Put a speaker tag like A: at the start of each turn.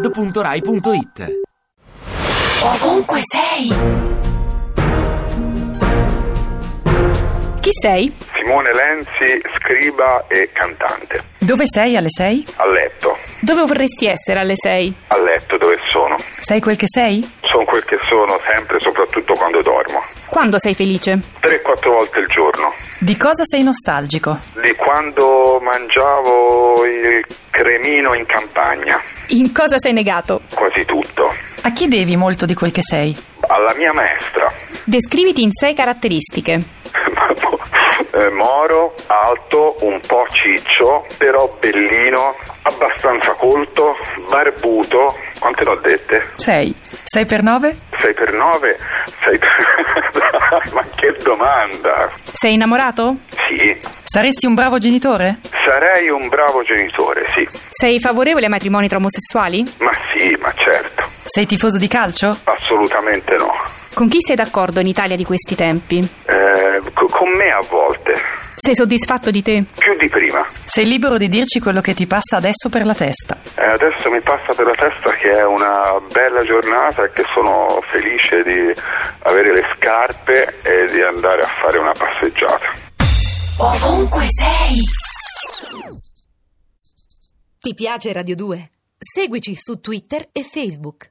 A: radio2pod.rai.it
B: Ovunque sei!
C: Chi sei?
D: Simone Lenzi, scriba e cantante.
C: Dove sei alle 6?
D: A letto,
C: Dove vorresti essere alle 6?
D: a letto dove sono.
C: Sei quel che sei?
D: Sono quel che sono sempre, soprattutto quando dormo.
C: Quando sei felice?
D: 3-4 volte al giorno.
C: Di cosa sei nostalgico?
D: Di quando mangiavo il cremino in campagna,
C: In cosa sei negato?
D: quasi tutto.
C: A chi devi molto di quel che sei?
D: Alla mia maestra,
C: Descriviti in sei caratteristiche.
D: Eh, moro, alto, un po' ciccio, però bellino, abbastanza colto, barbuto. Quante l'ho dette?
C: 6. 6 per 9?
D: 6 per 9, 6 per... Ma che domanda!
C: Sei innamorato?
D: Sì,
C: Saresti un bravo genitore?
D: sarei un bravo genitore, sì.
C: Sei favorevole ai matrimoni tra omosessuali?
D: Ma sì, ma certo,
C: Sei tifoso di calcio?
D: assolutamente no.
C: Con chi sei d'accordo in Italia di questi tempi?
D: Eh, co- con me a volte,
C: Sei soddisfatto di te?
D: più di prima.
E: Sei libero di dirci quello che ti passa adesso per la testa.
D: Eh, adesso mi passa per la testa che è una bella giornata e che sono felice di avere le scarpe e di andare a fare una passeggiata.
B: Ovunque sei!
F: Ti piace Radio 2? Seguici su Twitter e Facebook.